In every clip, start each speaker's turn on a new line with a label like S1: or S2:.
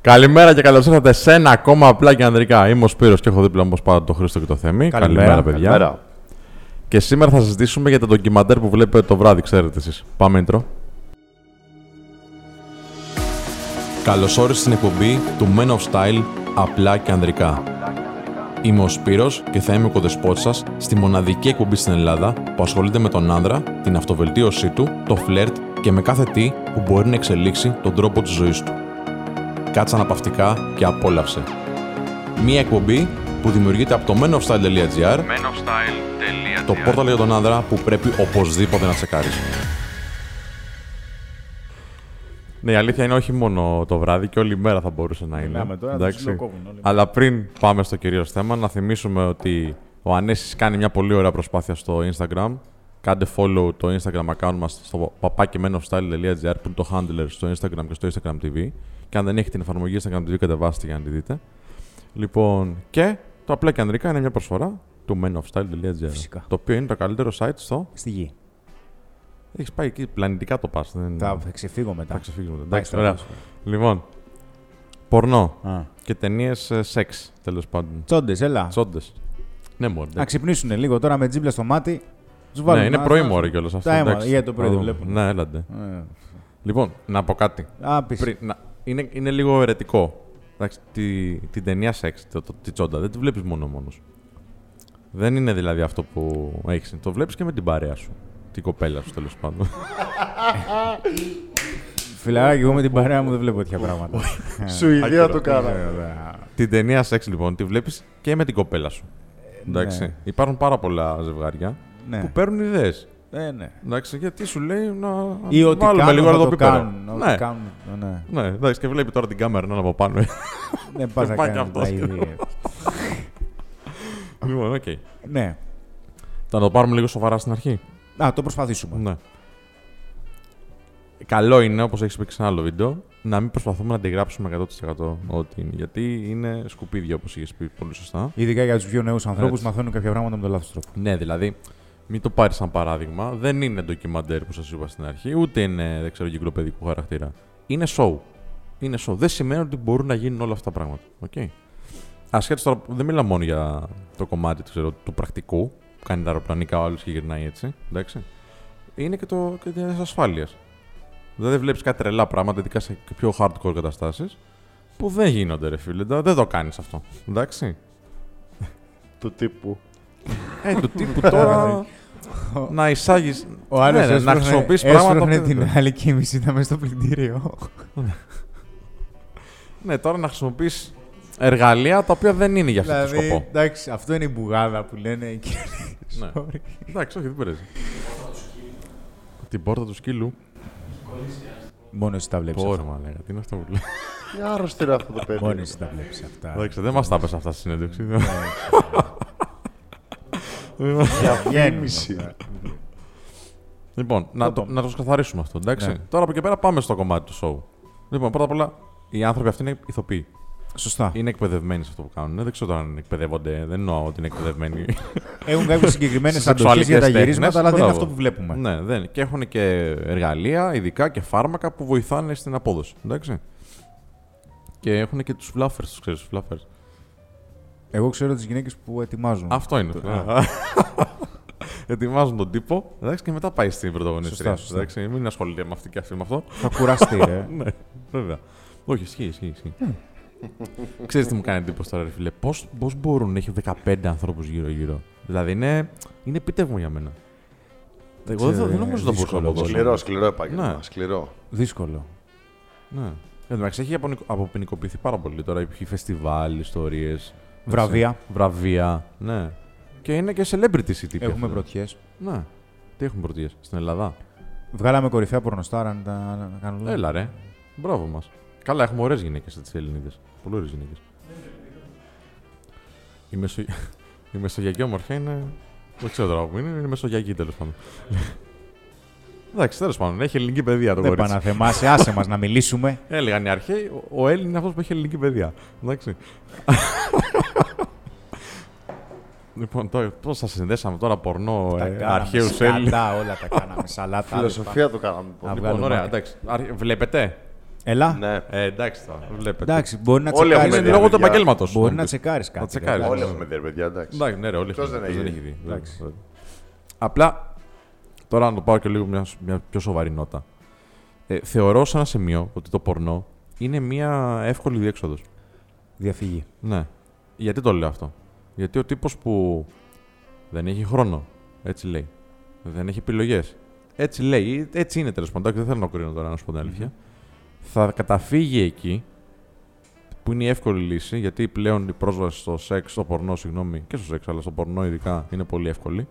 S1: Καλημέρα και καλώς ήρθατε σε ένα ακόμα απλά και ανδρικά. Είμαι ο Σπύρος και έχω δίπλα μου όπως πάντα τον Χρήστο και το Θέμη. παιδιά.
S2: Καλημέρα.
S1: Και σήμερα θα συζητήσουμε για τα ντοκιμαντέρ που βλέπετε το βράδυ, ξέρετε εσείς. Πάμε intro. Καλώς όρισε στην εκπομπή του Men of Style απλά και ανδρικά. Είμαι ο Σπύρος και θα είμαι ο κοδεσπότης σας στη μοναδική εκπομπή στην Ελλάδα που ασχολείται με τον άνδρα, την αυτοβελτίωσή του, το φλερτ και με κάθε τι που μπορεί να εξελίξει τον τρόπο της ζωής του. Κάτσε αναπαυτικά και απόλαυσε. Μία εκπομπή που δημιουργείται από το menofstyle.gr το πόρταλ για τον άνδρα που πρέπει οπωσδήποτε να τσεκάρεις. Ναι, η αλήθεια είναι όχι μόνο το βράδυ και όλη η μέρα θα μπορούσε να είναι.
S2: Μιλάμε τώρα, θα
S1: εντάξει.
S2: ψιλοκόβουν όλοι.
S1: Αλλά πριν πάμε στο κυρίως θέμα, να θυμίσουμε ότι ο Ανέσης κάνει μια πολύ ωραία προσπάθεια στο Instagram. Κάντε follow το Instagram account μας στο papakimenofstyle.gr που είναι το handler στο Instagram και στο Instagram TV. Και αν δεν έχετε την εφαρμογή Instagram TV, κατεβάστε για να τη δείτε. Λοιπόν, και το απλά και ανδρικά είναι μια προσφορά του menofstyle.gr.
S2: Φυσικά.
S1: Το οποίο είναι το καλύτερο site στο.
S2: Στη γη.
S1: Έχεις πάει εκεί, πλανητικά το πα. Δεν...
S2: Θα, θα ξεφύγω μετά.
S1: θα ξεφύγουμε.
S2: Πάει
S1: Εντάξει,
S2: στο
S1: ωραία.
S2: τέλος.
S1: Λοιπόν, πορνό
S2: Α.
S1: και ταινίες σεξ τέλος πάντων.
S2: Τσόντες, έλα.
S1: Τσόντες. Ναι, μόνο.
S2: Να ξυπνήσουν λίγο τώρα με τζίμπλα στο μάτι. Τους
S1: Ναι,
S2: βάλουμε
S1: είναι
S2: να-
S1: πρωί
S2: να-
S1: μου ώρα κιόλα αυτό.
S2: Τα αίμα,
S1: εντάξει.
S2: για το πρωί
S1: Να
S2: δεν
S1: δούμε.
S2: βλέπουν.
S1: Ναι, έλαντε.
S2: Ε,
S1: Λοιπόν, να πω κάτι.
S2: Α, πεις.
S1: Πριν, να- είναι, είναι λίγο ερετικό. Εντάξει, τη, την ταινία σεξ, το, το, τη τσόντα, δεν τη βλέπεις μόνο μόνος. Δεν είναι δηλαδή αυτό που έχεις. Το βλέπεις και με την παρέα σου. Την κοπέλα σου τέλος πάντων.
S2: Φιλαράκι, εγώ με την παρέα μου δεν βλέπω τέτοια πράγματα.
S3: Σου ιδέα το
S2: Ε,
S3: κάνα.
S2: βέβαια.
S1: Την ταινία σεξ λοιπόν τη βλέπεις και με την κοπέλα σου. Εντάξει.
S2: ναι.
S1: Υπάρχουν πάρα πολλά ζευγάρια
S2: Ναι.
S1: που παίρνουν ιδέες.
S2: Ε, ναι.
S1: Εντάξει, γιατί σου λέει να.
S2: Ή ότι
S1: βάλουμε
S2: κάνουν,
S1: λίγο
S2: θα το
S1: ροδοπίπεδο.
S2: κάνουν. Ό,τι
S1: Ναι.
S2: κάνουν, ε, ναι.
S1: ναι, εντάξει, και βλέπει τώρα την κάμερα να είναι από πάνω.
S2: Ναι, πας να
S1: Πάει και
S2: κάνεις τα
S1: αυτός.
S2: ίδια.
S1: λοιπόν, οκ.
S2: Ναι.
S1: Θα το πάρουμε λίγο σοβαρά στην αρχή.
S2: Να, το προσπαθήσουμε.
S1: Ναι. Καλό είναι, όπως έχεις πει και σε ένα άλλο βίντεο, να μην προσπαθούμε να αντιγράψουμε 100% ό,τι είναι. Γιατί είναι σκουπίδια, όπως είχες πει πολύ σωστά.
S2: Ειδικά για τους πιο νέους ανθρώπους
S1: Έτσι.
S2: μαθαίνουν κάποια πράγματα με τον λάθος τρόπο.
S1: Ναι, δηλαδή, μην το πάρεις σαν παράδειγμα. Δεν είναι ντοκιμαντέρ που σας είπα στην αρχή, ούτε είναι δεν ξέρω, κυκλοπαιδικού χαρακτήρα. Είναι show. Είναι show. Δεν σημαίνει ότι μπορούν να γίνουν όλα αυτά τα πράγματα. Okay. Ασχέτως τώρα, δεν μιλάω μόνο για το κομμάτι του, ξέρω, του πρακτικού που κάνει τα αεροπλανικά ο άλλος και γυρνάει έτσι. Εντάξει. Είναι και, το, και τη ασφάλεια. Δηλαδή, δεν βλέπεις κάτι τρελά πράγματα, ειδικά σε πιο hardcore καταστάσεις που δεν γίνονται, ρε φίλε. Δεν το κάνεις αυτό. Εντάξει.
S3: Του τύπου.
S1: Ε, του τύπου τώρα. να εισάγεις.
S2: Ο άλλος
S1: ναι, να χρησιμοποιεί πράγματα. που δεν-
S2: την άλλη κίνηση να είμαι στο πλυντήριο.
S1: Ναι, τώρα να χρησιμοποιείς εργαλεία τα οποία δεν είναι για αυτό το
S2: Δηλαδή,
S1: σκοπό.
S2: εντάξει, αυτό είναι η μπουγάδα που λένε εκεί.
S1: Ναι.
S2: Sorry.
S1: Εντάξει, όχι, δεν παίζει. Την πόρτα του σκύλου.
S2: Μόνος εσύ τα βλέπεις.
S1: Πόρε, μα λέγα, τι είναι αυτό που λέω.
S3: Τι άρρωστο είναι αυτό το παιδί.
S2: Μόνος εσύ τα βλέπεις αυτά.
S1: Εντάξει, δεν μας τα πες αυτά στη συνέντευξη.
S3: Για
S2: Βγαίνουν
S3: μίμηση.
S2: αυτά.
S1: Λοιπόν, να το, να το ξεκαθαρίσουμε αυτό, εντάξει.
S2: Ναι.
S1: Τώρα από εκεί πέρα πάμε στο κομμάτι του show. Λοιπόν, πρώτα απ' όλα, οι άνθρωποι αυτοί είναι ηθοποιοί.
S2: Σωστά.
S1: Είναι εκπαιδευμένοι σε αυτό που κάνουν. Δεν ξέρω αν εκπαιδεύονται. Δεν εννοώ ότι είναι εκπαιδευμένοι. Ε,
S2: Έχουν κάποιες συγκεκριμένες αντοχέ
S1: σεξουαλικές
S2: για τα
S1: τέχνες,
S2: γυρίσματα, αλλά δεν είναι
S1: ναι. μπράβο.
S2: αυτό που βλέπουμε.
S1: Ναι, δεν. Και έχουν και εργαλεία, ειδικά και φάρμακα που βοηθάνε στην απόδοση. Εντάξει. Και έχουν και τους φλάφερ, τους ξέρεις, τους φλάφερ.
S2: Εγώ ξέρω τις γυναίκες που ετοιμάζουν.
S1: Αυτό είναι.
S2: Α.
S1: Ετοιμάζουν τον τύπο εντάξει, και μετά πάει στην πρωταγωνίστρια.
S2: Σωστά, σωστά.
S1: Εντάξει, μην ασχολείται με αυτή και αυτή με αυτό.
S2: Θα κουραστεί, ρε.
S1: ναι, βέβαια. Όχι, ισχύει, ισχύει. ισχύει. Ξέρεις τι μου κάνει εντύπωση τώρα, ρε φίλε. Πώς, πώς μπορούν να έχει 15 ανθρώπους γύρω-γύρω. Δηλαδή είναι, είναι επίτευγμα για μένα. Εγώ δεν,
S2: Ξέρω,
S1: δεν
S2: είναι
S1: νομίζω να μπορούσα να
S2: δύσκολο,
S1: το αποδώσω.
S3: Σκληρό, σκληρό επάγγελμα.
S1: Ναι.
S3: Σκληρό.
S2: Δύσκολο.
S1: Ναι. Εν τω μεταξύ έχει απονικο- αποποινικοποιηθεί πάρα πολύ τώρα. Υπήρχε φεστιβάλ, ιστορίες.
S2: Βραβεία.
S1: Βραβεία. Ναι. Και είναι και celebrities οι τύποι.
S2: Έχουμε
S1: αυτοί.
S2: πρωτιές.
S1: Ναι. Τι έχουμε πρωτιές στην Ελλάδα.
S2: Βγάλαμε κορυφαία πορνοστάρα να τα να κάνω λόγο.
S1: Έλα ρε. Μπράβο μας. Καλά, έχουμε ωραίες γυναίκες τι Ελληνίδες. Πολύ ωραίες γυναίκες. Η, μεσο... η μεσογειακή ομορφιά είναι. Δεν ξέρω τώρα που είναι, είναι μεσογειακή τέλος πάντων. Εντάξει, τέλος πάντων, έχει ελληνική παιδεία το
S2: Δεν
S1: κορίτσι. Ε,
S2: παναθεμάσαι, άσε μας να μιλήσουμε.
S1: Έλεγαν οι αρχαίοι, ο- ο Έλλην είναι αυτός που έχει ελληνική παιδεία. Εντάξει. λοιπόν, τώρα, πώς σα συνδέσαμε τώρα πορνό ε, αρχαίου Έλληνε.
S2: Λοιπόν, Έλληνες. όλα τα κάναμε. Σαλάτα.
S3: Φιλοσοφία το κάναμε. λοιπόν.
S2: Α,
S1: Λοιπόν,
S2: βγάλουμε
S1: ωραία,
S2: άκρη.
S1: εντάξει. Αρχ- Βλέπετε.
S2: Ελά.
S3: Ναι.
S1: Ε, εντάξει τώρα, βλέπετε.
S2: λοιπόν. Εντάξει, μπορεί να
S3: Όλοι
S2: τσεκάρει.
S3: έχουμε
S1: Είναι
S3: παιδιά,
S1: λόγω του
S3: παιδιά.
S1: επαγγέλματος.
S2: Μπορεί να τσεκάρεις κάτι.
S1: τσεκάρεις.
S2: δεν
S3: Όλοι
S2: πειράζει.
S3: έχουμε δει, ρε παιδιά, εντάξει.
S1: Εντάξει, ναι, ρε, όλοι.
S3: Ποιος
S1: έχουν-
S3: δεν έχει
S1: δεν
S3: δει.
S1: έχει δει.
S2: Εντάξει.
S1: βέβαια. Απλά, τώρα να το πάω και λίγο μια, μια πιο σοβαρή νότα. Ε, θεωρώ σε ένα σημείο ότι το πορνό είναι μια εύκολη διέξοδος.
S2: Διαφυγή.
S1: Ναι. Γιατί το λέω αυτό. Γιατί ο τύπος που δεν έχει χρόνο, έτσι λέει, δεν έχει επιλογές, έτσι λέει, ή έτσι είναι τέλος πάντων, εντάξει, δεν θέλω να κρίνω τώρα να σου πω την αλήθεια, θα καταφύγει εκεί, που είναι η εύκολη λύση, γιατί πλέον η πρόσβαση στο σεξ, στο πορνό, συγγνώμη, και στο σεξ, αλλά στο πορνό ειδικά είναι πολύ εύκολη.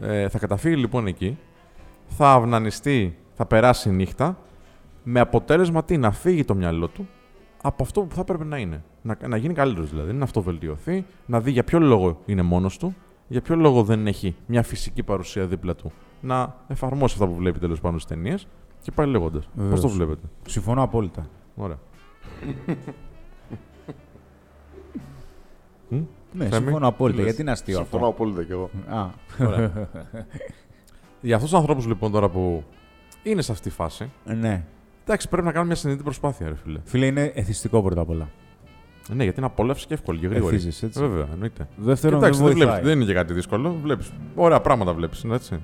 S1: Ε, θα καταφύγει λοιπόν εκεί, θα αυνανιστεί, θα περάσει η νύχτα, με αποτέλεσμα τι, να φύγει το μυαλό του από αυτό που θα έπρεπε να είναι. Να, να γίνει καλύτερος δηλαδή, να αυτοβελτιωθεί, να δει για ποιο λόγο είναι μόνος του, για ποιο λόγο δεν έχει μια φυσική παρουσία δίπλα του. Να εφαρμόσει αυτά που βλέπει τέλος πάνω στις ταινίες και πάλι λέγοντα. Πώ
S2: Βεβαίως.
S1: το βλέπετε.
S2: Συμφωνώ απόλυτα.
S1: Ωραία.
S2: Ναι,
S1: Θέμη,
S2: συμφωνώ απόλυτα.
S3: λες.
S2: Γιατί είναι αστείο
S3: Συμφωνώ
S2: αυτό.
S3: απόλυτα κι εγώ.
S2: Α,
S1: Για αυτούς τους ανθρώπους λοιπόν τώρα που είναι σε αυτή τη φάση,
S2: ναι.
S1: εντάξει, πρέπει να κάνουν μια συνειδητή προσπάθεια, ρε φίλε.
S2: Φίλε, είναι εθιστικό πρώτα απ' όλα.
S1: Ναι, γιατί είναι απόλαυση και εύκολη και γρήγορη.
S2: Εθίζεις, έτσι.
S1: Βέβαια, εννοείται.
S2: Δεύτερον,
S1: Κοιτάξτε, δεν,
S2: δεν
S1: βλέπεις,
S2: βοηθάει.
S1: δεν είναι και κάτι δύσκολο. Βλέπεις, ωραία πράγματα βλέπεις.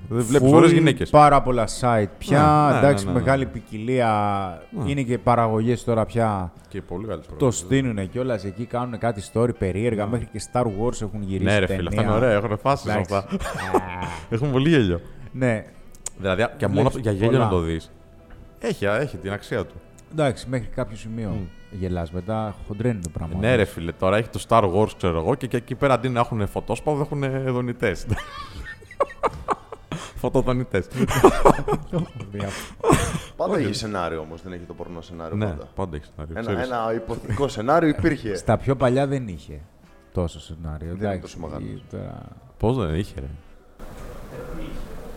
S1: Δεν βλέπει
S2: Full,
S1: ωραίες γυναίκες.
S2: Πάρα πολλά site πια.
S1: Ναι, ναι,
S2: εντάξει,
S1: ναι, ναι, ναι.
S2: μεγάλη ποικιλία.
S1: Ναι.
S2: Είναι και παραγωγές τώρα πια.
S1: Και πολύ καλέ
S2: Το στείλουν κιόλας εκεί, κάνουν κάτι story περίεργα. Μέχρι και Star Wars έχουν γυρίσει.
S1: Ναι, ρε φίλε, αυτά
S2: ταινία.
S1: είναι ωραία. Έχουν φάσεις
S2: Εντάξει.
S1: αυτά. Έχουν πολύ γέλιο.
S2: Ναι,
S1: Δηλαδή, και μόνο
S2: Βλέπεις
S1: για γέλιο
S2: πολλά.
S1: να το δεις. Έχει, α, έχει την αξία του.
S2: εντάξει, μέχρι κάποιο σημείο γελάς. Μετά χοντρένει το πράγμα.
S1: Ναι, ρε φίλε, τώρα έχει το Star Wars, ξέρω εγώ, και, και εκεί πέρα αντί να έχουν φωτόσπαδο έχουν δονητές. Φωτοδονητές.
S2: Μια-
S3: Πάντα έχει σενάριο όμως, δεν έχει το πορνό σενάριο
S1: ναι,
S3: πάντα.
S1: πάντα έχει σενάριο.
S3: Ένα,
S1: ξέρεις.
S3: ένα υποθετικό σενάριο υπήρχε.
S2: Στα πιο παλιά δεν είχε τόσο σενάριο.
S3: είναι
S2: εντάξει,
S3: τόσο μεγάλος.
S2: τώρα-
S1: Πώς δεν είχε, ρε.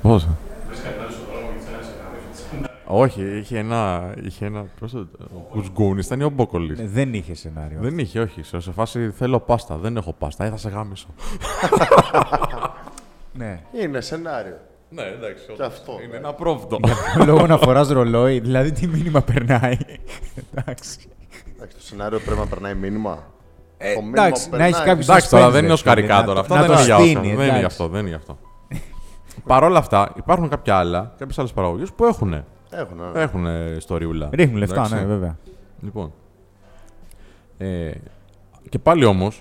S1: Πώ. Όχι, είχε ένα. Είχε ένα πώς το- ο Κουσγκούνη ήταν ή ο Μπόκολης.
S2: Ναι, δεν είχε σενάριο.
S1: Δεν είχε, όχι. Σε σε φάση θέλω πάστα. Δεν έχω πάστα. Ε, θα σε γάμισω.
S2: Ναι.
S3: Είναι σενάριο.
S1: Ναι, εντάξει.
S3: Και αυτό.
S1: Είναι
S3: ναι.
S1: ένα πρόβδο.
S2: Λόγω να φορά ρολόι, δηλαδή τι μήνυμα περνάει. εντάξει.
S3: Εντάξει, το σενάριο πρέπει να περνάει μήνυμα.
S2: Ε,
S3: Το μήνυμα
S2: εντάξει, να
S3: περνάει.
S2: έχει κάποιος
S1: Εντάξει, τώρα δεν είναι οσκαρικά τώρα. Αυτά δεν είναι για αυτό. Δεν είναι
S2: για
S1: για αυτό. Δεν είναι για αυτό. Παρ' όλα αυτά, υπάρχουν κάποια άλλα, κάποιες άλλες παραγωγές που έχουν,
S3: Έχουν, ναι.
S1: έχουν ιστοριούλα.
S2: Ρίχνουν λεφτά,
S1: Εντάξει.
S2: ναι, βέβαια.
S1: Λοιπόν. Ε, και πάλι όμως,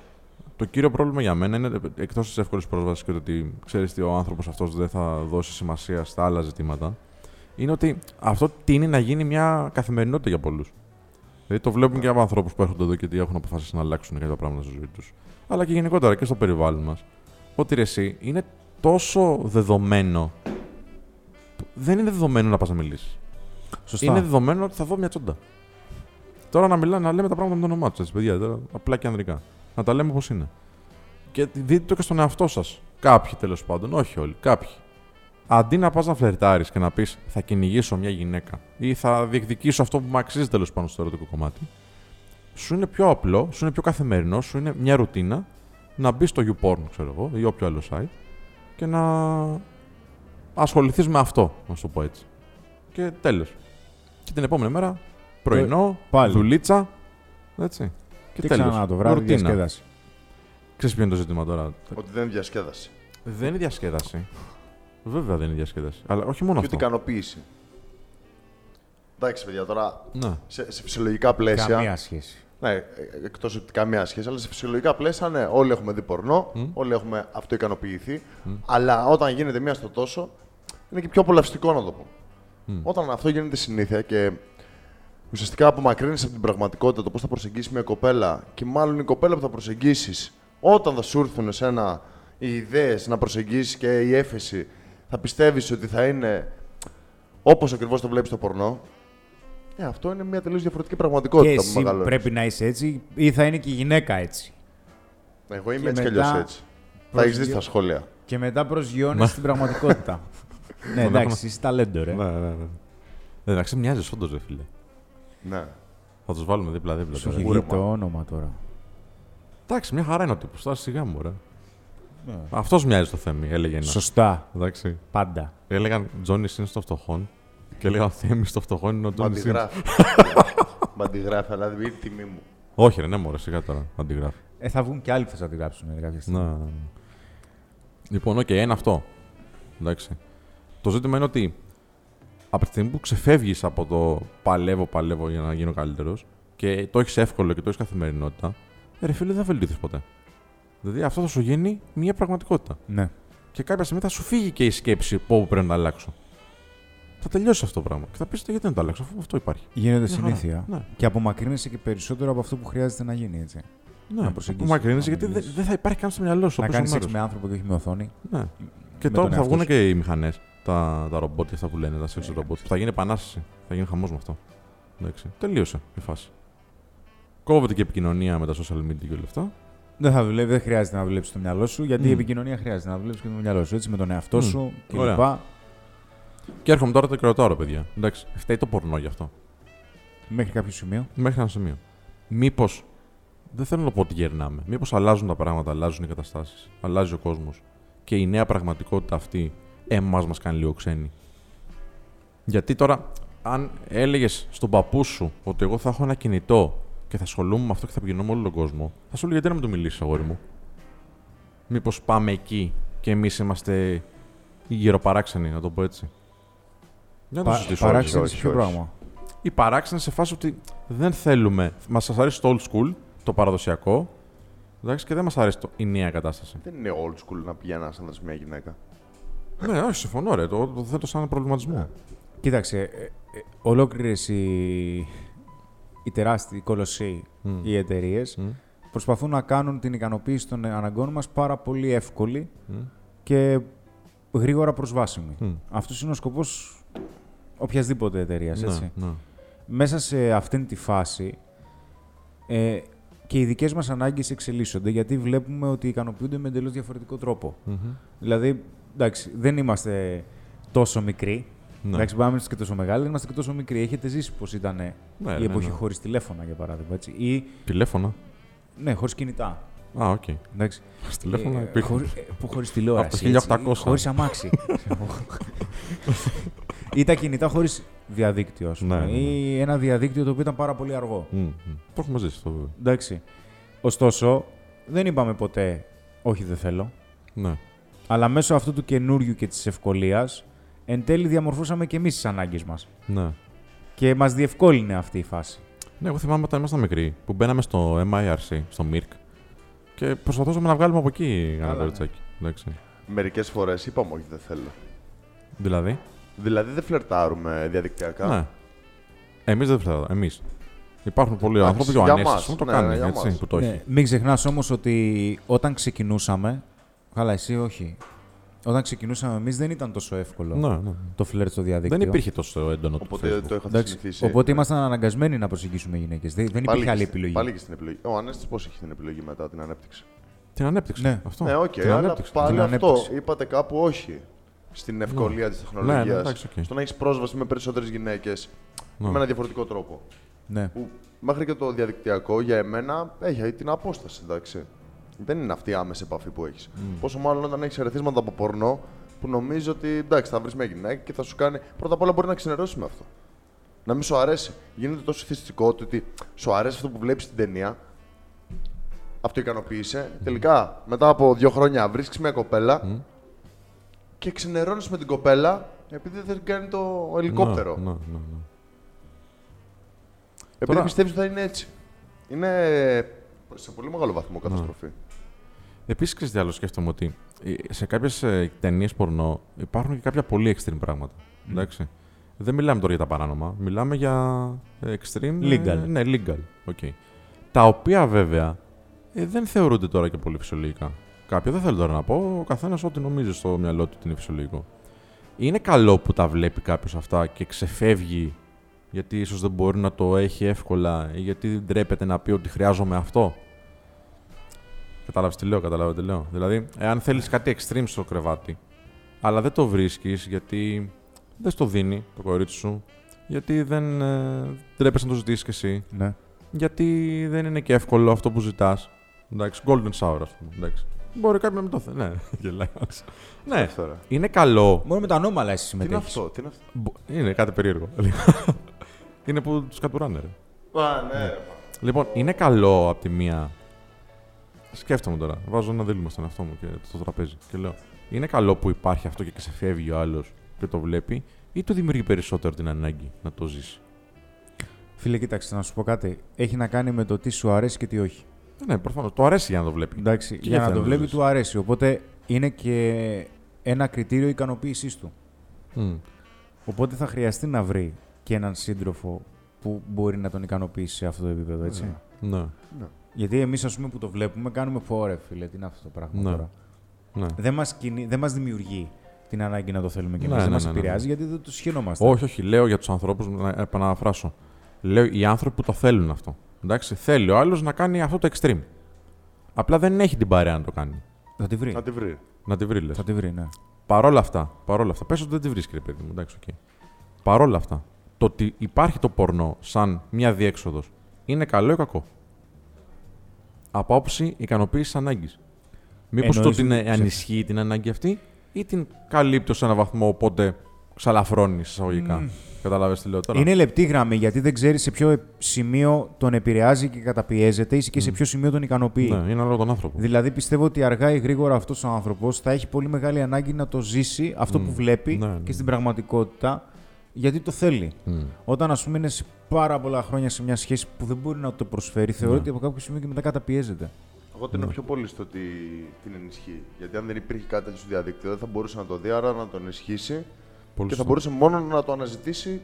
S1: το κύριο πρόβλημα για μένα είναι εκτός της εύκολης πρόσβασης και το ότι ξέρεις τι ο άνθρωπος αυτός δεν θα δώσει σημασία στα άλλα ζητήματα. Είναι ότι αυτό τίνει να γίνει μια καθημερινότητα για πολλούς. Δηλαδή το βλέπουμε και από ανθρώπους που έρχονται εδώ και τι έχουν αποφασίσει να αλλάξουν κάποια πράγματα στη ζωή τους. Αλλά και γενικότερα και στο περιβάλλον μας. Ότι ρε, εσύ είναι τόσο δεδομένο. που Δεν είναι δεδομένο να πας να μιλήσεις.
S2: Σωστά.
S1: Είναι δεδομένο ότι θα δω μια τσόντα. Τώρα να μιλάμε, να λέμε τα πράγματα με το όνομά τους, έτσι, παιδιά, τώρα, απλά και ανδρικά. Να τα λέμε όπω είναι. Και δείτε το και στον εαυτό σας. Κάποιοι τέλος πάντων, όχι όλοι, κάποιοι. Αντί να πας να φλερτάρεις και να πεις θα κυνηγήσω μια γυναίκα ή θα διεκδικήσω αυτό που μου αξίζει τέλος πάντων στο ερωτικό κομμάτι, σου είναι πιο απλό, σου είναι πιο καθημερινό, σου είναι μια ρουτίνα να μπεις στο YouPorn, ξέρω εγώ, ή όποιο άλλο site και να ασχοληθείς με αυτό, να σου το πω έτσι. Και τέλος. Και την επόμενη μέρα, πρωινό,
S2: Ε, πάλι.
S1: δουλίτσα. Έτσι.
S2: Και ξανά το βράδυ
S1: Ρουτίνα.
S2: διασκέδαση.
S1: Ξέρεις ποιο είναι το ζήτημα τώρα.
S3: Ότι δεν διασκέδασε.
S1: Δεν είναι διασκέδαση. Βέβαια δεν είναι διασκέδαση. Αλλά όχι μόνο
S3: Και ούτε
S1: αυτό.
S3: ικανοποίηση. Εντάξει, παιδιά, τώρα
S1: Ναι.
S3: σε, σε φυσιολογικά πλαίσια.
S2: Καμία σχέση.
S3: Ναι, ε, εκτός ότι καμία σχέση, αλλά σε φυσιολογικά πλαίσια, ναι, όλοι έχουμε δει πορνό, όλοι έχουμε αυτοικανοποιηθεί. Αλλά όταν γίνεται μία στο τόσο, είναι και πιο απολαυστικό να το πω. Όταν αυτό γίνεται συνήθεια και ουσιαστικά απομακρύνεις από την πραγματικότητα το πώς θα προσεγγίσεις μια κοπέλα και μάλλον η κοπέλα που θα προσεγγίσεις όταν θα σου έρθουν εσένα οι ιδέες να προσεγγίσεις και η έφεση, θα πιστεύεις ότι θα είναι όπως ακριβώς το βλέπεις στο πορνό. Ε, αυτό είναι μια τελείως διαφορετική
S2: Και
S3: πραγματικότητα που
S2: εσύ
S3: μεγαλώνεις.
S2: πρέπει να είσαι έτσι ή θα είναι και η γυναίκα έτσι.
S3: Εγώ
S2: Και
S3: είμαι έτσι κι
S2: μετά
S3: αλλιώς έτσι. Θα
S2: προσγειώ-
S3: έχεις δει στα σχόλια.
S2: Και μετά προσγειώνεσαι στην πραγματικότητα. ναι, εντάξει, είσαι ταλέντο, ρε.
S1: Ναι, ναι, ναι. Εντάξει, μοιάζεις όντω, ρε φίλε.
S3: Ναι.
S1: Θα τους βάλουμε δίπλα-δίπλα.
S2: Σου
S1: τώρα.
S2: έχει βγει
S3: Ούρεμα.
S2: το όνομα τώρα.
S1: Εντάξει, μια χαρά είναι ο τύπος. Τώρα σιγά μου, ρε. Αυτός μοιάζει στο θέμη, έλεγε ένας.
S2: Σωστά.
S1: Εντάξει.
S2: Πάντα.
S1: Έλεγαν Τζόνι είναι στο φτωχόν. Και λέει ο Θέμη στο φτωχό είναι ο Τόνι Σίντς.
S3: Μπαντιγράφει. Μπαντιγράφει, αλλά δεν είναι η τιμή μου.
S1: Όχι, ρε, ναι, μωρέ, σιγά τώρα. Αντιγράφει.
S2: Ε, θα βγουν και άλλοι που θα σας αντιγράψουν. ε, κάποια στιγμή.
S1: Να. ναι, ναι. Λοιπόν, οκ, ένα αυτό. Εντάξει. Το ζήτημα είναι ότι από τη στιγμή που ξεφεύγεις από το παλεύω, παλεύω για να γίνω καλύτερος και το έχεις εύκολο και το έχεις καθημερινότητα, ε, ρε φίλε, δεν θα βελτιωθείς ποτέ. Δηλαδή αυτό θα σου γίνει μια πραγματικότητα.
S2: Ναι.
S1: Και κάποια στιγμή θα σου φύγει και η σκέψη που πρέπει να αλλάξω. Θα τελειώσει αυτό το πράγμα. Και θα πεις γιατί να το αλλάξω, αφού αυτό υπάρχει.
S2: Γίνεται
S1: Μια χαρά.
S2: συνήθεια.
S1: Ναι.
S2: Και απομακρύνεσαι και περισσότερο από αυτό που χρειάζεται να γίνει, έτσι.
S1: Ναι,
S2: προσεγγίσεις,
S1: απομακρύνεσαι
S2: να
S1: γιατί δεν
S2: μιλήσεις.
S1: δεν θα υπάρχει καν στο μυαλό σου.
S2: να
S1: όπως
S2: κάνει
S1: στο
S2: σεξ
S1: μέρος.
S2: με άνθρωπο και όχι με οθόνη.
S1: Ναι. Και
S2: με
S1: τώρα
S2: τον
S1: που θα
S2: εαυτό
S1: βγουν
S2: σου.
S1: και οι μηχανές, τα, τα ρομπότ και αυτά που λένε, τα σεξ
S2: Ε,
S1: ρομπότ, θα γίνει επανάσταση. Θα γίνει χαμός με αυτό. Εντάξει. Τελείωσε η φάση. Κόβεται και η επικοινωνία με τα social media και όλα αυτά.
S2: Δεν θα δουλεύει, δεν χρειάζεται να δουλέψεις το μυαλό σου, γιατί
S1: Μμ.
S2: η επικοινωνία χρειάζεται να δουλέψεις και το μυαλό σου. Έτσι, με τον εαυτό
S1: Μμ.
S2: σου κλπ.
S1: Ωραία. Και έρχομαι τώρα το κρατάω, ρε παιδιά. Εντάξει. Φταίει το πορνό γι' αυτό.
S2: Μέχρι κάποιο σημείο.
S1: Μέχρι ένα σημείο. Μήπως. Δεν θέλω να πω ότι γερνάμε. Μήπως αλλάζουν τα πράγματα, αλλάζουν οι καταστάσεις, αλλάζει ο κόσμος. Και η νέα πραγματικότητα αυτή εμάς μας κάνει λίγο ξένη. Γιατί τώρα, αν έλεγες στον παππού σου ότι εγώ θα έχω ένα κινητό και θα ασχολούμαι με αυτό και θα πηγαίνω με όλο τον κόσμο, θα σου λέει γιατί να μην το μιλήσεις, αγόρι μου. Μήπως πάμε εκεί και εμείς είμαστε οι γεροπαράξενοι, να το πω έτσι. Δεν το
S2: Πα-
S1: συζητήσω.
S3: παρά-
S2: παράξενο
S3: όχι,
S2: σε ποιο
S3: όχι.
S2: πράγμα.
S1: Η παράξενη σε φάση ότι δεν θέλουμε. Μας αρέσει το old school, το παραδοσιακό. Εντάξει, και δεν μας αρέσει το, η νέα κατάσταση.
S3: Δεν είναι old school να πηγαίνεις ένα άντρα μια γυναίκα.
S1: ναι, όχι, συμφωνώ, ρε. Το, το θέτω σαν προβληματισμό.
S2: Κοίταξε, ε, ε, ολόκληρες οι, οι τεράστιοι, οι κολοσσοί,
S1: Μμ.
S2: οι εταιρείες
S1: Μμ.
S2: προσπαθούν να κάνουν την ικανοποίηση των αναγκών μας πάρα πολύ εύκολη
S1: Μμ.
S2: και γρήγορα προσβάσιμη.
S1: Μμ.
S2: Αυτός είναι ο σκοπός οποιασδήποτε εταιρείας, έτσι.
S1: ναι.
S2: Μέσα σε αυτήν τη φάση ε, και οι δικές μας ανάγκες εξελίσσονται γιατί βλέπουμε ότι ικανοποιούνται με εντελώς διαφορετικό τρόπο.
S1: Μμμ.
S2: Δηλαδή, εντάξει, δεν είμαστε τόσο μικροί.
S1: Ναι.
S2: Εντάξει, μπορεί να είμαστε και τόσο μεγάλοι, δεν είμαστε και τόσο μικροί. Έχετε ζήσει πώς ήταν
S1: Ναι,
S2: η
S1: ναι,
S2: εποχή
S1: ναι.
S2: χωρίς τηλέφωνα, για παράδειγμα. Έτσι. Ή
S1: Τηλέφωνα.
S2: ναι, χωρίς κινητά.
S1: Α, οκ.
S2: Εντάξει.
S1: Στα τηλέφωνα
S2: Ε,
S1: υπήρχε.
S2: χωρί- ε, που χωρίς τηλεόραση.
S1: Από το 1800.
S2: Χωρίς αμάξι. ή τα κινητά χωρίς διαδίκτυο, ας
S1: Ναι,
S2: πούμε.
S1: ναι, ναι.
S2: Ή ένα διαδίκτυο το οποίο ήταν πάρα πολύ αργό.
S1: Μμ, μμ. Το έχουμε ζήσει αυτό, βέβαια.
S2: Εντάξει. Ωστόσο, δεν είπαμε ποτέ όχι, δεν θέλω.
S1: Ναι.
S2: Αλλά μέσω αυτού του καινούριου και της ευκολίας, εν τέλει διαμορφώσαμε και εμείς τις ανάγκες μας.
S1: ναι.
S2: Και μας διευκόλυνε αυτή η φάση.
S1: Ναι, εγώ θυμάμαι όταν ήμασταν μικροί που μπαίναμε στο MIRC, στο MIRC και προσπαθούσαμε να βγάλουμε από εκεί ένα
S2: Καλά, ναι.
S1: καροτσάκι. Εντάξει.
S3: Μερικές φορές είπαμε όχι, δεν θέλω.
S1: Δηλαδή.
S3: Δηλαδή δεν φλερτάρουμε διαδικτυακά.
S1: Ναι. Εμείς δεν φταίμε. Εμείς. Υπάρχουν πολλοί
S3: Εντάξει,
S1: άνθρωποι και ο
S3: για
S1: Ανέστη
S3: μας.
S1: που το
S3: Ναι,
S1: κάνει.
S3: ναι, για
S1: έτσι,
S3: μας.
S1: που το έχει.
S2: Ναι, μην ξεχνάς όμως ότι όταν ξεκινούσαμε, καλά εσύ όχι, όταν ξεκινούσαμε εμείς δεν ήταν τόσο εύκολο
S1: Ναι, ναι.
S2: το φλερτ στο διαδίκτυο.
S1: Δεν υπήρχε τόσο έντονο το
S3: Οπότε
S1: Facebook.
S3: το είχα
S2: Εντάξει,
S3: συνηθίσει.
S2: Οπότε ήμασταν αναγκασμένοι να προσεγγίσουμε γυναίκες. Δεν, δεν
S3: Πάλι
S2: υπήρχε
S3: και
S2: άλλη
S3: στην-
S2: επιλογή.
S3: Πάλι και στην επιλογή. Ο Ανέστης πώς έχει την επιλογή μετά την ανέπτυξη.
S1: Την ανέπτυξη.
S2: Ναι.
S1: Αυτό.
S3: ναι, οκ,
S1: Την
S3: αλλά
S1: ανέπτυξη.
S3: πάλι
S2: την
S3: αυτό.
S2: ανέπτυξη.
S3: Είπατε κάπου όχι. Στην ευκολία της
S1: Ναι,
S3: τεχνολογία.
S1: ναι, εντάξει, οκ.
S3: Στο να έχεις πρόσβαση με περισσότερες γυναίκες.
S1: Ναι.
S3: Με ένα διαφορετικό τρόπο.
S2: Ναι.
S3: Που μέχρι και το διαδικτυακό για εμένα έχει την απόσταση, εντάξει. Δεν είναι αυτή η άμεση επαφή που έχεις.
S1: Mm.
S3: Πόσο μάλλον όταν έχεις ερεθίσματα από πορνό που νομίζει ότι εντάξει, θα βρεις μια γυναίκα και θα σου κάνει. Πρώτα απ' όλα μπορεί να ξενερώσει με αυτό. Να μην σου αρέσει. Γίνεται τόσο θυστικό του ότι σου αρέσει αυτό που βλέπεις στην ταινία. Αυτό ικανοποίησε.
S1: Mm.
S3: Τελικά, μετά από δύο χρόνια, βρίσκεις μια κοπέλα και ξενερώνεις με την κοπέλα επειδή δεν κάνει το ελικόπτερο.
S1: Ναι, ναι, ναι, ναι.
S3: Επειδή
S1: Τώρα-
S3: πιστεύεις ότι θα είναι έτσι. Είναι σε πολύ μεγάλο βαθμό καταστροφή.
S1: Ναι. Επίσης, ξέρεις τι άλλο σκέφτομαι ότι ε, σε κάποιες ταινίες πορνό υπάρχουν και κάποια πολύ extreme πράγματα. Εντάξει. Δεν μιλάμε τώρα για τα παράνομα. Μιλάμε για ε, extreme. ε,
S2: Legal.
S1: Ναι, legal. Okay. Τα οποία βέβαια ε, δεν θεωρούνται τώρα και πολύ φυσιολογικά. Κάποια δεν θέλω τώρα να πω. Ο καθένας ό,τι νομίζει στο μυαλό του ότι είναι φυσιολογικό. Είναι καλό που τα βλέπει κάποιος αυτά και ξεφεύγει γιατί ίσως δεν μπορεί να το έχει εύκολα ή γιατί δεν τρέπεται να πει ότι χρειάζομαι αυτό. Κατάλαβες τι λέω, κατάλαβε τι λέω. Δηλαδή, εάν θέλεις κάτι extreme στο κρεβάτι, αλλά δεν το βρίσκεις γιατί δεν στο δίνει το κορίτσι σου, γιατί δεν ε, τρέπεσαι να το ζητήσεις κι εσύ,
S2: Ναι.
S1: γιατί δεν είναι και εύκολο αυτό που ζητάς. Εντάξει, golden shower, ας πούμε. Εντάξει. Μπορεί κάποιοι να μην το θέλει. Ναι, γελάει. ο Άλεξ. ναι,
S3: Τώρα.
S1: είναι καλό.
S2: Μόνο με τα ανώμαλα εσύ
S3: Τι είναι
S2: συμμετέχει.
S3: αυτό, τι είναι αυτό.
S1: Μπο- Είναι κάτι περίεργο. είναι που τους κατουράνε, ρε.
S3: Α, ναι, ρε, μα.
S1: Λοιπόν, είναι καλό από τη μία. Σκέφτομαι τώρα. Βάζω ένα δίλημα στον εαυτό μου και στο τραπέζι. Και λέω: Είναι καλό που υπάρχει αυτό και ξεφεύγει ο άλλος και το βλέπει, ή του δημιουργεί περισσότερο την ανάγκη να το ζήσει.
S2: Φίλε, κοίταξε να σου πω κάτι. Έχει να κάνει με το τι σου αρέσει και τι όχι.
S1: Ε, Ναι, προφανώς. Το αρέσει για να το βλέπει.
S2: Εντάξει,
S1: Και
S2: για
S1: γι'
S2: να
S1: αυτό
S2: το
S1: είναι
S2: βλέπει
S1: ζωής.
S2: του αρέσει. Οπότε είναι και ένα κριτήριο ικανοποίησής του.
S1: Μμ.
S2: Οπότε θα χρειαστεί να βρει και έναν σύντροφο που μπορεί να τον ικανοποιήσει σε αυτό το επίπεδο, έτσι.
S3: Ναι.
S1: Ναι,
S2: Γιατί εμείς, ας πούμε, που το βλέπουμε, κάνουμε πόρε, φίλε, τι είναι αυτό το πράγμα
S1: Ναι.
S2: τώρα.
S1: ναι.
S2: Δεν μας δεν μας δημιουργεί την ανάγκη να το θέλουμε κι εμείς.
S1: Ναι,
S2: δεν
S1: ναι,
S2: μας
S1: ναι,
S2: μα
S1: ναι, ναι.
S2: επηρεάζει γιατί δεν το σχαινόμαστε.
S1: Όχι, όχι. Λέω για τους ανθρώπους να επαναφράσω. Λέω οι άνθρωποι που το θέλουν αυτό. Εντάξει, θέλει ο άλλος να κάνει αυτό το extreme. Απλά δεν έχει την παρέα να το κάνει.
S2: Θα τη βρει.
S3: Να τη βρει.
S1: Να τη βρει, λες.
S2: Θα τη βρει, ναι.
S1: Παρόλα αυτά, παρόλα αυτά, πες ότι δεν τη βρίσκει, ρε παιδί μου, εντάξει, οκ. Παρόλα αυτά, το ότι υπάρχει το πορνό σαν μια διέξοδος, είναι καλό ή κακό. Από άποψη ικανοποίησης ανάγκης. Μήπως το
S2: Εννοείς
S1: ότι είναι-
S2: ότι σε-
S1: ανισχύει την ανάγκη αυτή ή την καλύπτει σε έναν βαθμό, οπότε ξαλαφρώνεις εισαγωγικά. Mm. Καταλάβες τι λέω τώρα.
S2: Είναι λεπτή γραμμή γιατί δεν ξέρεις σε ποιο ε- σημείο τον επηρεάζει και καταπιέζεται ή και σε ποιο σημείο τον ικανοποιεί.
S1: Ναι, είναι άλλο τον άνθρωπο.
S2: Δηλαδή πιστεύω ότι αργά ή γρήγορα αυτός ο άνθρωπος θα έχει πολύ μεγάλη ανάγκη να το ζήσει αυτό που βλέπει
S1: Ναι, ναι.
S2: και στην πραγματικότητα γιατί το θέλει. Όταν ας πούμε είναι σε πάρα πολλά χρόνια σε μια σχέση που δεν μπορεί να το προσφέρει, θεωρεί
S1: Ναι.
S2: ότι από κάποιο σημείο και μετά καταπιέζεται.
S3: Εγώ την πιο πολύ στο ότι την ενισχύει. Γιατί αν δεν υπήρχε κάτι τέτοιο στο διαδίκτυο, δεν θα μπορούσε να το δει, άρα να τον ενισχύσει
S1: Πολύ
S3: και
S1: σωστό.
S3: θα μπορούσε μόνο να το αναζητήσει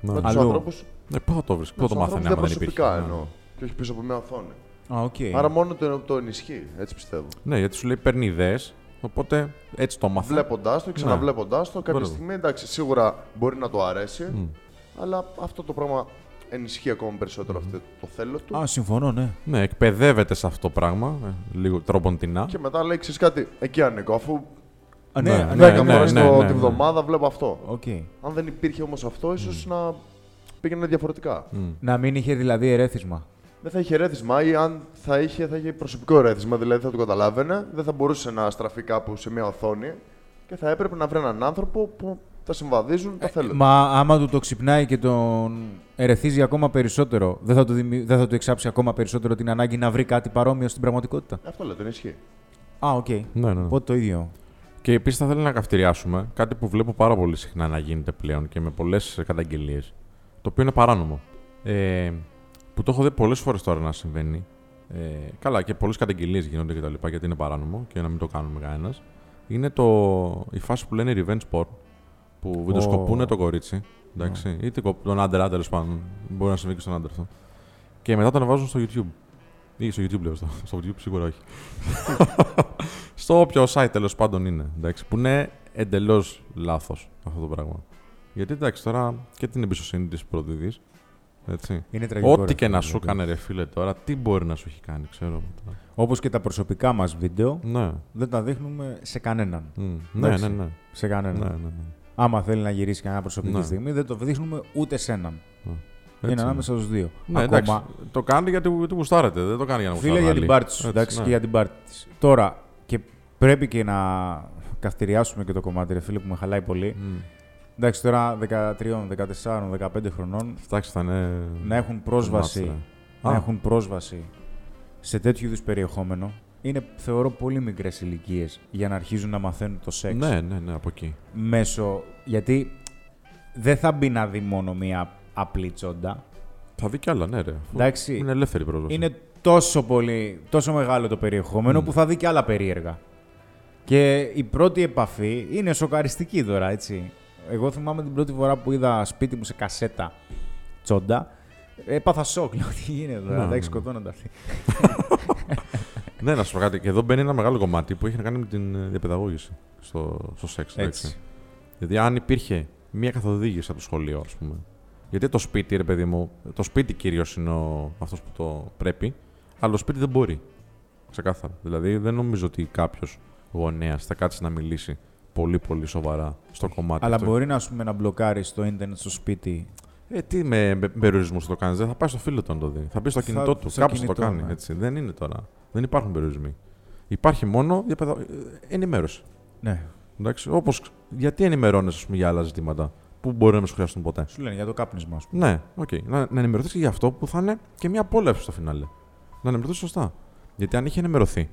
S1: Ναι.
S3: με τους
S2: Αλλού.
S3: ανθρώπους.
S1: Ναι, πού θα το βρεις, πού θα το μάθαινε άμα δεν υπήρχε. Ναι. Ε.
S3: προσωπικά εννοώ. Και όχι πίσω από μια οθόνη.
S2: Α, οκ.
S3: Άρα μόνο το, το ενισχύει, έτσι πιστεύω.
S1: Ναι, γιατί σου λέει παίρνει ιδέες, οπότε έτσι το μάθα.
S3: Βλέποντάς το, ξαναβλέποντάς το, κάποια
S1: Ναι. Μπράβο.
S3: στιγμή εντάξει, σίγουρα μπορεί να το αρέσει, αλλά αυτό το πράγμα ενισχύει ακόμα περισσότερο αυτό το θέλω του.
S2: Α, συμφωνώ, ναι.
S1: Ναι, εκπαιδεύεται σε αυτό το πράγμα, ε, λίγο τροποντινά.
S3: Και μετά λέει: Ξέρεις κάτι, εκεί ανήκω. Αφού
S2: Α,
S1: Ναι, ναι,
S3: 10
S1: ναι,
S3: φορές
S1: ναι, ναι, ναι.
S3: τη βδομάδα βλέπω αυτό.
S2: Οκ.
S3: Αν δεν υπήρχε όμως αυτό, ίσως να πήγαινε διαφορετικά.
S2: Να μην είχε δηλαδή ερέθισμα.
S3: Δεν θα είχε ρέθισμα ή αν θα είχε, θα είχε προσωπικό ρέθισμα, δηλαδή θα το καταλάβαινε, δεν θα μπορούσε να στραφεί κάπου σε μια οθόνη και θα έπρεπε να βρει έναν άνθρωπο που τα συμβαδίζουν,
S1: Ε,
S3: τα θέλουν.
S2: Μα άμα του το ξυπνάει και τον ερεθίζει ακόμα περισσότερο, δεν θα, του δημιου- δεν θα του εξάψει ακόμα περισσότερο την ανάγκη να βρει κάτι παρόμοιο στην πραγματικότητα.
S3: Αυτό λέτε, είναι ισχύει.
S2: Α, οκ.
S1: Ναι, ναι, ναι.
S2: Οπότε το ίδιο.
S1: Και επίσης θα θέλω να καυτηριάσουμε κάτι που βλέπω πάρα πολύ συχνά να γίνεται πλέον και με πολλές καταγγελίες. Το οποίο είναι παράνομο. Ε, που το έχω δει πολλές φορές τώρα να συμβαίνει. Ε, καλά, και πολλές καταγγελίες γίνονται και τα λοιπά γιατί είναι παράνομο και να μην το κάνουμε κανένας. Είναι το, η φάση που λένε revenge porn. Που βιντεοσκοπούν
S2: Ω.
S1: το κορίτσι. Εντάξει, ή την κοπ- τον άντρα, τέλος πάντων. Μπορεί να συμβεί και στον άντρα αυτό. Και μετά τον βάζουν στο YouTube. Ή στο YouTube λέω. Στο, στο YouTube σίγουρα όχι. στο όποιο site τέλος πάντων είναι. Εντάξει, που είναι εντελώς λάθος αυτό το πράγμα. Γιατί εντάξει τώρα και την εμπιστοσύνη της προδίδεις. Έτσι.
S2: Είναι τραγικό.
S1: Ό,τι και να σου κάνει ρε φίλε τώρα, τι μπορεί να σου έχει κάνει, ξέρω εγώ τώρα.
S2: Όπως και τα προσωπικά μας βίντεο,
S1: Ναι.
S2: δεν τα δείχνουμε σε κανέναν.
S1: Μμ. Ναι, ναι,
S2: Εντάξει. Ε,
S1: ναι.
S2: Σε
S1: ναι,
S2: κανέναν.
S1: ναι, ναι.
S2: Άμα θέλει να γυρίσει κανένα προσωπική
S1: Ναι.
S2: στιγμή, δεν το δείχνουμε ούτε σε έναν.
S1: Έτσι
S2: είναι ανάμεσα στους δύο.
S1: Ναι, εντάξει, Ναι,
S2: Ακόμα,
S1: το κάνει γιατί, γιατί γουστάρετε, δεν το κάνει για να γουστάρει.
S2: φίλε για
S1: άλλη.
S2: την πάρτι σου.
S1: Έτσι,
S2: Εντάξει,
S1: ναι.
S2: και για την πάρτι της. Τώρα, και πρέπει και να καυτηριάσουμε και το κομμάτι, ρε φίλε, που με χαλάει πολύ.
S1: Μμ.
S2: Εντάξει, τώρα 13, 14, 15 χρονών
S1: Εντάξει, θα είναι.
S2: να έχουν πρόσβαση,
S1: Μάτς,
S2: να
S1: Α.
S2: έχουν πρόσβαση σε τέτοιου είδους περιεχόμενο είναι, θεωρώ, πολύ μικρές ηλικίες για να αρχίζουν να μαθαίνουν το σεξ
S1: Ναι, ναι, ναι, από εκεί.
S2: μέσω. Γιατί δεν θα μπει να δει μόνο μία απλή τσόντα.
S1: Θα δει κι άλλα, ναι, ρε. αφού
S2: Εντάξει.
S1: Είναι Mm. ελεύθερη η πρόσβαση.
S2: Είναι τόσο, πολύ, τόσο μεγάλο το περιεχόμενο που θα δει και άλλα περίεργα. Και η πρώτη επαφή είναι σοκαριστική τώρα, έτσι. Εγώ θυμάμαι την πρώτη φορά που είδα σπίτι μου σε κασέτα τσόντα. Έπαθα σοκ. Λέω τι
S1: Ναι,
S2: γίνεται τώρα,
S1: ναι.
S2: εντάξει, σκοτώνονται αυτοί.
S1: Ναι, να σου πω κάτι. Και εδώ μπαίνει ένα μεγάλο κομμάτι που έχει να κάνει με την ε, διαπαιδαγώγηση στο, στο σεξ. εντάξει.
S2: Έτσι.
S1: Γιατί αν υπήρχε μία καθοδήγηση από το σχολείο, ας πούμε. Γιατί το σπίτι, ρε παιδί μου, το σπίτι κυρίως είναι αυτός που το πρέπει, αλλά το σπίτι δεν μπορεί. Ξεκάθαρα. Δηλαδή δεν νομίζω ότι κάποιος γονέας θα κάτσει να μιλήσει πολύ πολύ σοβαρά στο κομμάτι
S2: Αλλά
S1: αυτό.
S2: μπορεί να, ας πούμε, να μπλοκάρεις το ίντερνετ στο σπίτι.
S1: Ε, τι με με περιορισμού το κάνεις, δεν θα πάει στο φίλο του να το δει. Θα μπει στο
S2: Θα-
S1: κινητό του,
S2: στο
S1: κάπω το
S2: κινητό,
S1: κάνει.
S2: ναι.
S1: Έτσι. Δεν είναι τώρα. Δεν υπάρχουν περιορισμοί. Υπάρχει μόνο διαπαιδα- ε, ενημέρωση.
S2: Ναι.
S1: Εντάξει, όπως, γιατί ενημερώνεσαι ας πούμε, για άλλα ζητήματα που μπορεί να μην σου χρειαστούν ποτέ.
S2: Σου λένε για το κάπνισμα, ας πούμε.
S1: Ναι, οκ. Να, να ενημερωθείς και για αυτό που θα είναι και μια απόλαυση στο φινάλε. Να ενημερωθείς σωστά. Γιατί αν είχε ενημερωθεί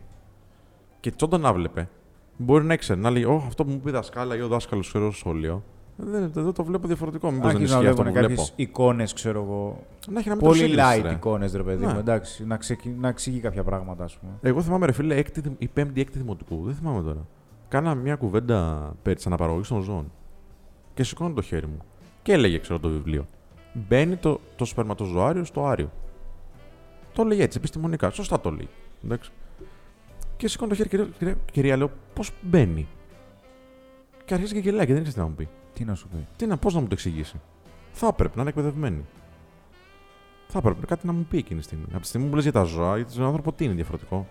S1: και τσόντα να βλέπε, μπορεί να ήξερε να λέει: Ωχ, αυτό που μου πει η δασκάλα ή ο δάσκαλος ξέρω στο σχολείο. Δεν, εδώ το βλέπω διαφορετικό. Μήπως δεν
S2: Άρχισαν να
S1: ισχύει αυτό που
S2: βλέπουν κάποιες
S1: βλέπω.
S2: εικόνες, ξέρω εγώ.
S1: Να έχει ένα μέτρο
S2: Πολύ
S1: σύγκρισης,
S2: light
S1: ρε.
S2: εικόνες, ρε παιδί
S1: Ναι.
S2: μου. Εντάξει, να, ξεκι... να εξηγεί κάποια πράγματα, ας πούμε.
S1: Εγώ θυμάμαι, ρε φίλε, έκτη, δημ- η πέμπτη έκτη δημοτικού. Δεν θυμάμαι τώρα. Κάναμε μια κουβέντα περί της αναπαραγωγής των ζώων. Και σηκώνω το χέρι μου. Και έλεγε, ξέρω το βιβλίο. Μπαίνει το, το σπερματοζωάριο στο άριο. Το λέει έτσι, επιστημονικά. Σωστά το λέει. Εντάξει. Και σηκώνω το χέρι, κυρία, κυρία, κυρία λέω, πώς μπαίνει. Και αρχίζει και γελάει και δεν ξέρει τι να μου πει.
S2: Τι να σου πει.
S1: Τι να, πώς να μου το εξηγήσει. Θα έπρεπε να είναι εκπαιδευμένη. Θα έπρεπε κάτι να μου πει εκείνη τη στιγμή. Από τη στιγμή που λες για τα ζώα, για τον άνθρωπο, τι είναι διαφορετικό.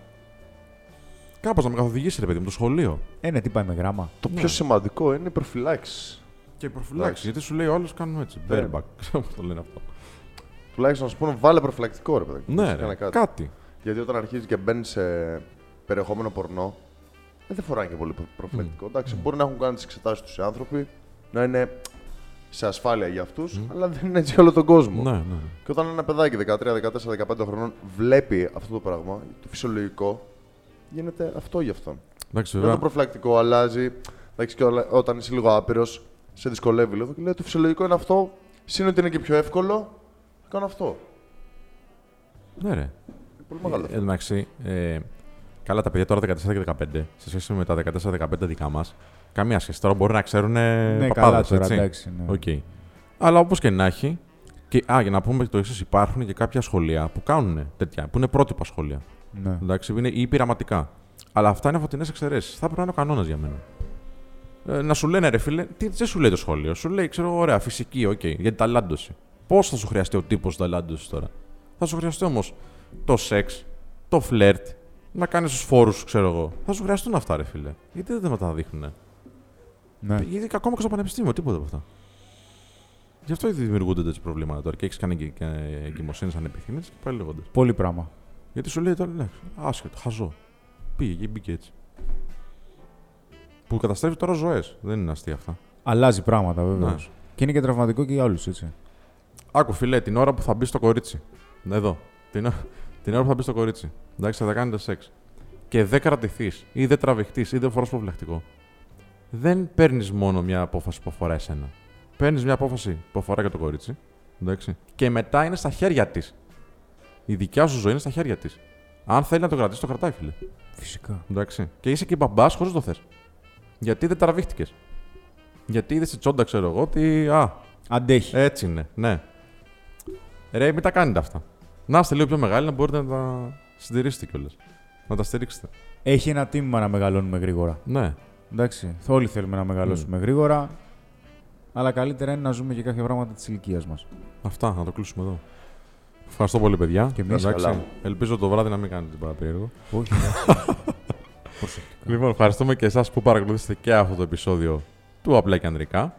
S1: Κάπως να με καθοδηγήσει, ρε παιδί μου, το σχολείο.
S2: Ε, ναι, τι πάει με γράμμα.
S3: Το
S1: Ναι.
S3: πιο σημαντικό είναι η προφυλάξη.
S1: Και προφυλάξει.
S3: προφυλάξεις,
S1: Γιατί σου λέει ο άλλο κάνουν έτσι.
S3: Ναι.
S1: Bareback. Ξέρω πώς το λένε αυτό.
S3: Τουλάχιστον να σου πούνε βάλε προφυλακτικό ρε παιδί. μου.
S1: Ναι,
S3: Κάνε
S1: ρε,
S3: κάτι.
S1: κάτι.
S3: Γιατί όταν αρχίζει και μπαίνει σε περιεχόμενο πορνό, ε, δεν φοράνε και πολύ προφυλακτικό. Εντάξει, μπορεί να έχουν κάνει τις εξετάσεις τους οι άνθρωποι, να είναι σε ασφάλεια για αυτούς, αλλά δεν είναι έτσι για όλο τον κόσμο.
S1: Ναι, ναι.
S3: Και όταν ένα παιδάκι 13, 14, 15 χρονών βλέπει αυτό το πράγμα, το φυσιολογικό, γίνεται αυτό για αυτόν.
S1: Εντάξει,
S3: Δεν το
S1: βέβαια.
S3: προφυλακτικό αλλάζει. Εντάξει, και όλα- όταν είσαι λίγο άπειρος, σε δυσκολεύει λίγο. Και λέει το φυσιολογικό είναι αυτό. Συν ότι είναι και πιο εύκολο, θα κάνω αυτό.
S1: Ναι, ρε.
S3: Πολύ μεγάλο.
S1: Ε, εν τω μεταξύ, ε, καλά τα παιδιά τώρα 14 και 15, σε σχέση με τα 14-15 δικά μας, καμία σχέση. Τώρα μπορεί να ξέρουν ε,
S2: ναι, καλά
S1: παπάδες,
S2: τώρα,
S1: έτσι.
S2: εντάξει. Ναι.
S1: Οκ. Αλλά όπως και να έχει. Και, α, για να πούμε και το εξής, υπάρχουν και κάποια σχολεία που κάνουν τέτοια, που είναι πρότυπα σχολεία.
S2: Ναι.
S1: Εντάξει, που είναι ή πειραματικά. Αλλά αυτά είναι φωτεινές εξαιρέσεις. Θα πρέπει να είναι ο κανόνας για μένα. Ε, να σου λένε ρε φίλε, τι δεν σου λέει το σχολείο. Σου λέει, ξέρω, ωραία, φυσική, οκ, για την ταλάντωση. Πώς θα σου χρειαστεί ο τύπος ταλάντωση τώρα. Θα σου χρειαστεί όμως το σεξ, το φλερτ, να κάνεις τους φόρους, ξέρω εγώ. Θα σου χρειαστούν αυτά, ρε φίλε. Γιατί δεν τα δείχνουν.
S2: Ναι.
S1: Γιατί Ε, ακόμα και στο πανεπιστήμιο, τίποτα από αυτά. Γι' αυτό δημιουργούνται τέτοια προβλήματα τώρα. Και έχεις κάνει και και εγκυμοσύνε ανεπιθύμητε και πάλι λέγοντας.
S2: Πολύ πράγμα.
S1: Γιατί σου λέει τώρα, ναι, άσχετο, χαζό. Πήγε και μπήκε έτσι. Που καταστρέφει τώρα ζωές. Δεν είναι αστεία αυτά.
S2: Αλλάζει πράγματα,
S1: Ναι.
S2: βέβαια. Και είναι και τραυματικό και για όλους, έτσι.
S1: Άκου, φιλέ, την ώρα που θα μπει στο κορίτσι. Ναι, Εδώ. Την, ω- την ώρα που θα μπεις στο κορίτσι. Εντάξει, θα τα κάνετε σεξ. Και δεν κρατηθείς ή δεν τραβηχτείς ή δεν φοράς προφυλακτικό. Δεν παίρνεις μόνο μια απόφαση που αφορά εσένα. Παίρνεις μια απόφαση που αφορά και το κορίτσι. Εντάξει. Και μετά είναι στα χέρια της. Η δικιά σου ζωή είναι στα χέρια της. Αν θέλει να το κρατήσει, το κρατάει, φίλε.
S2: Φυσικά.
S1: Εντάξει. Και είσαι και μπαμπάς χωρίς το θες. Γιατί δεν τραβήχτηκες. Γιατί είδες τη τσόντα, ξέρω εγώ, ότι. Α,
S2: Αντέχει.
S1: έτσι είναι, ναι. Ρε, μην τα κάνετε αυτά. Να είστε λίγο πιο μεγάλοι να μπορείτε να τα συντηρήσετε κιόλας. Να τα στηρίξετε.
S2: Έχει ένα τίμημα να μεγαλώνουμε γρήγορα.
S1: Ναι.
S2: Εντάξει. Όλοι θέλουμε να μεγαλώσουμε γρήγορα. Αλλά καλύτερα είναι να ζούμε και κάποια πράγματα της ηλικίας μας.
S1: Αυτά, να το κλείσουμε εδώ. Ευχαριστώ πολύ, παιδιά.
S2: Και εμείς,
S1: Εντάξει.
S3: καλά.
S1: Ελπίζω το βράδυ να μην κάνετε τίποτα περίεργο.
S2: Όχι.
S1: Λοιπόν, ευχαριστούμε και εσάς που παρακολουθήσατε και αυτό το επεισόδιο του Απλά και Ανδρικά.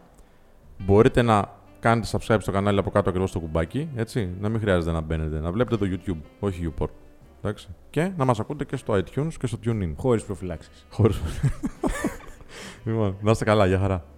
S1: Μπορείτε να κάνετε subscribe στο κανάλι από κάτω ακριβώς το κουμπάκι, έτσι, να μην χρειάζεται να μπαίνετε, να βλέπετε το YouTube, όχι YouPorn. Εντάξει. Και να μας ακούτε και στο iTunes και στο TuneIn.
S2: Χωρίς προφυλάξεις.
S1: Χωρίς... λοιπόν, να είστε καλά, για χαρά.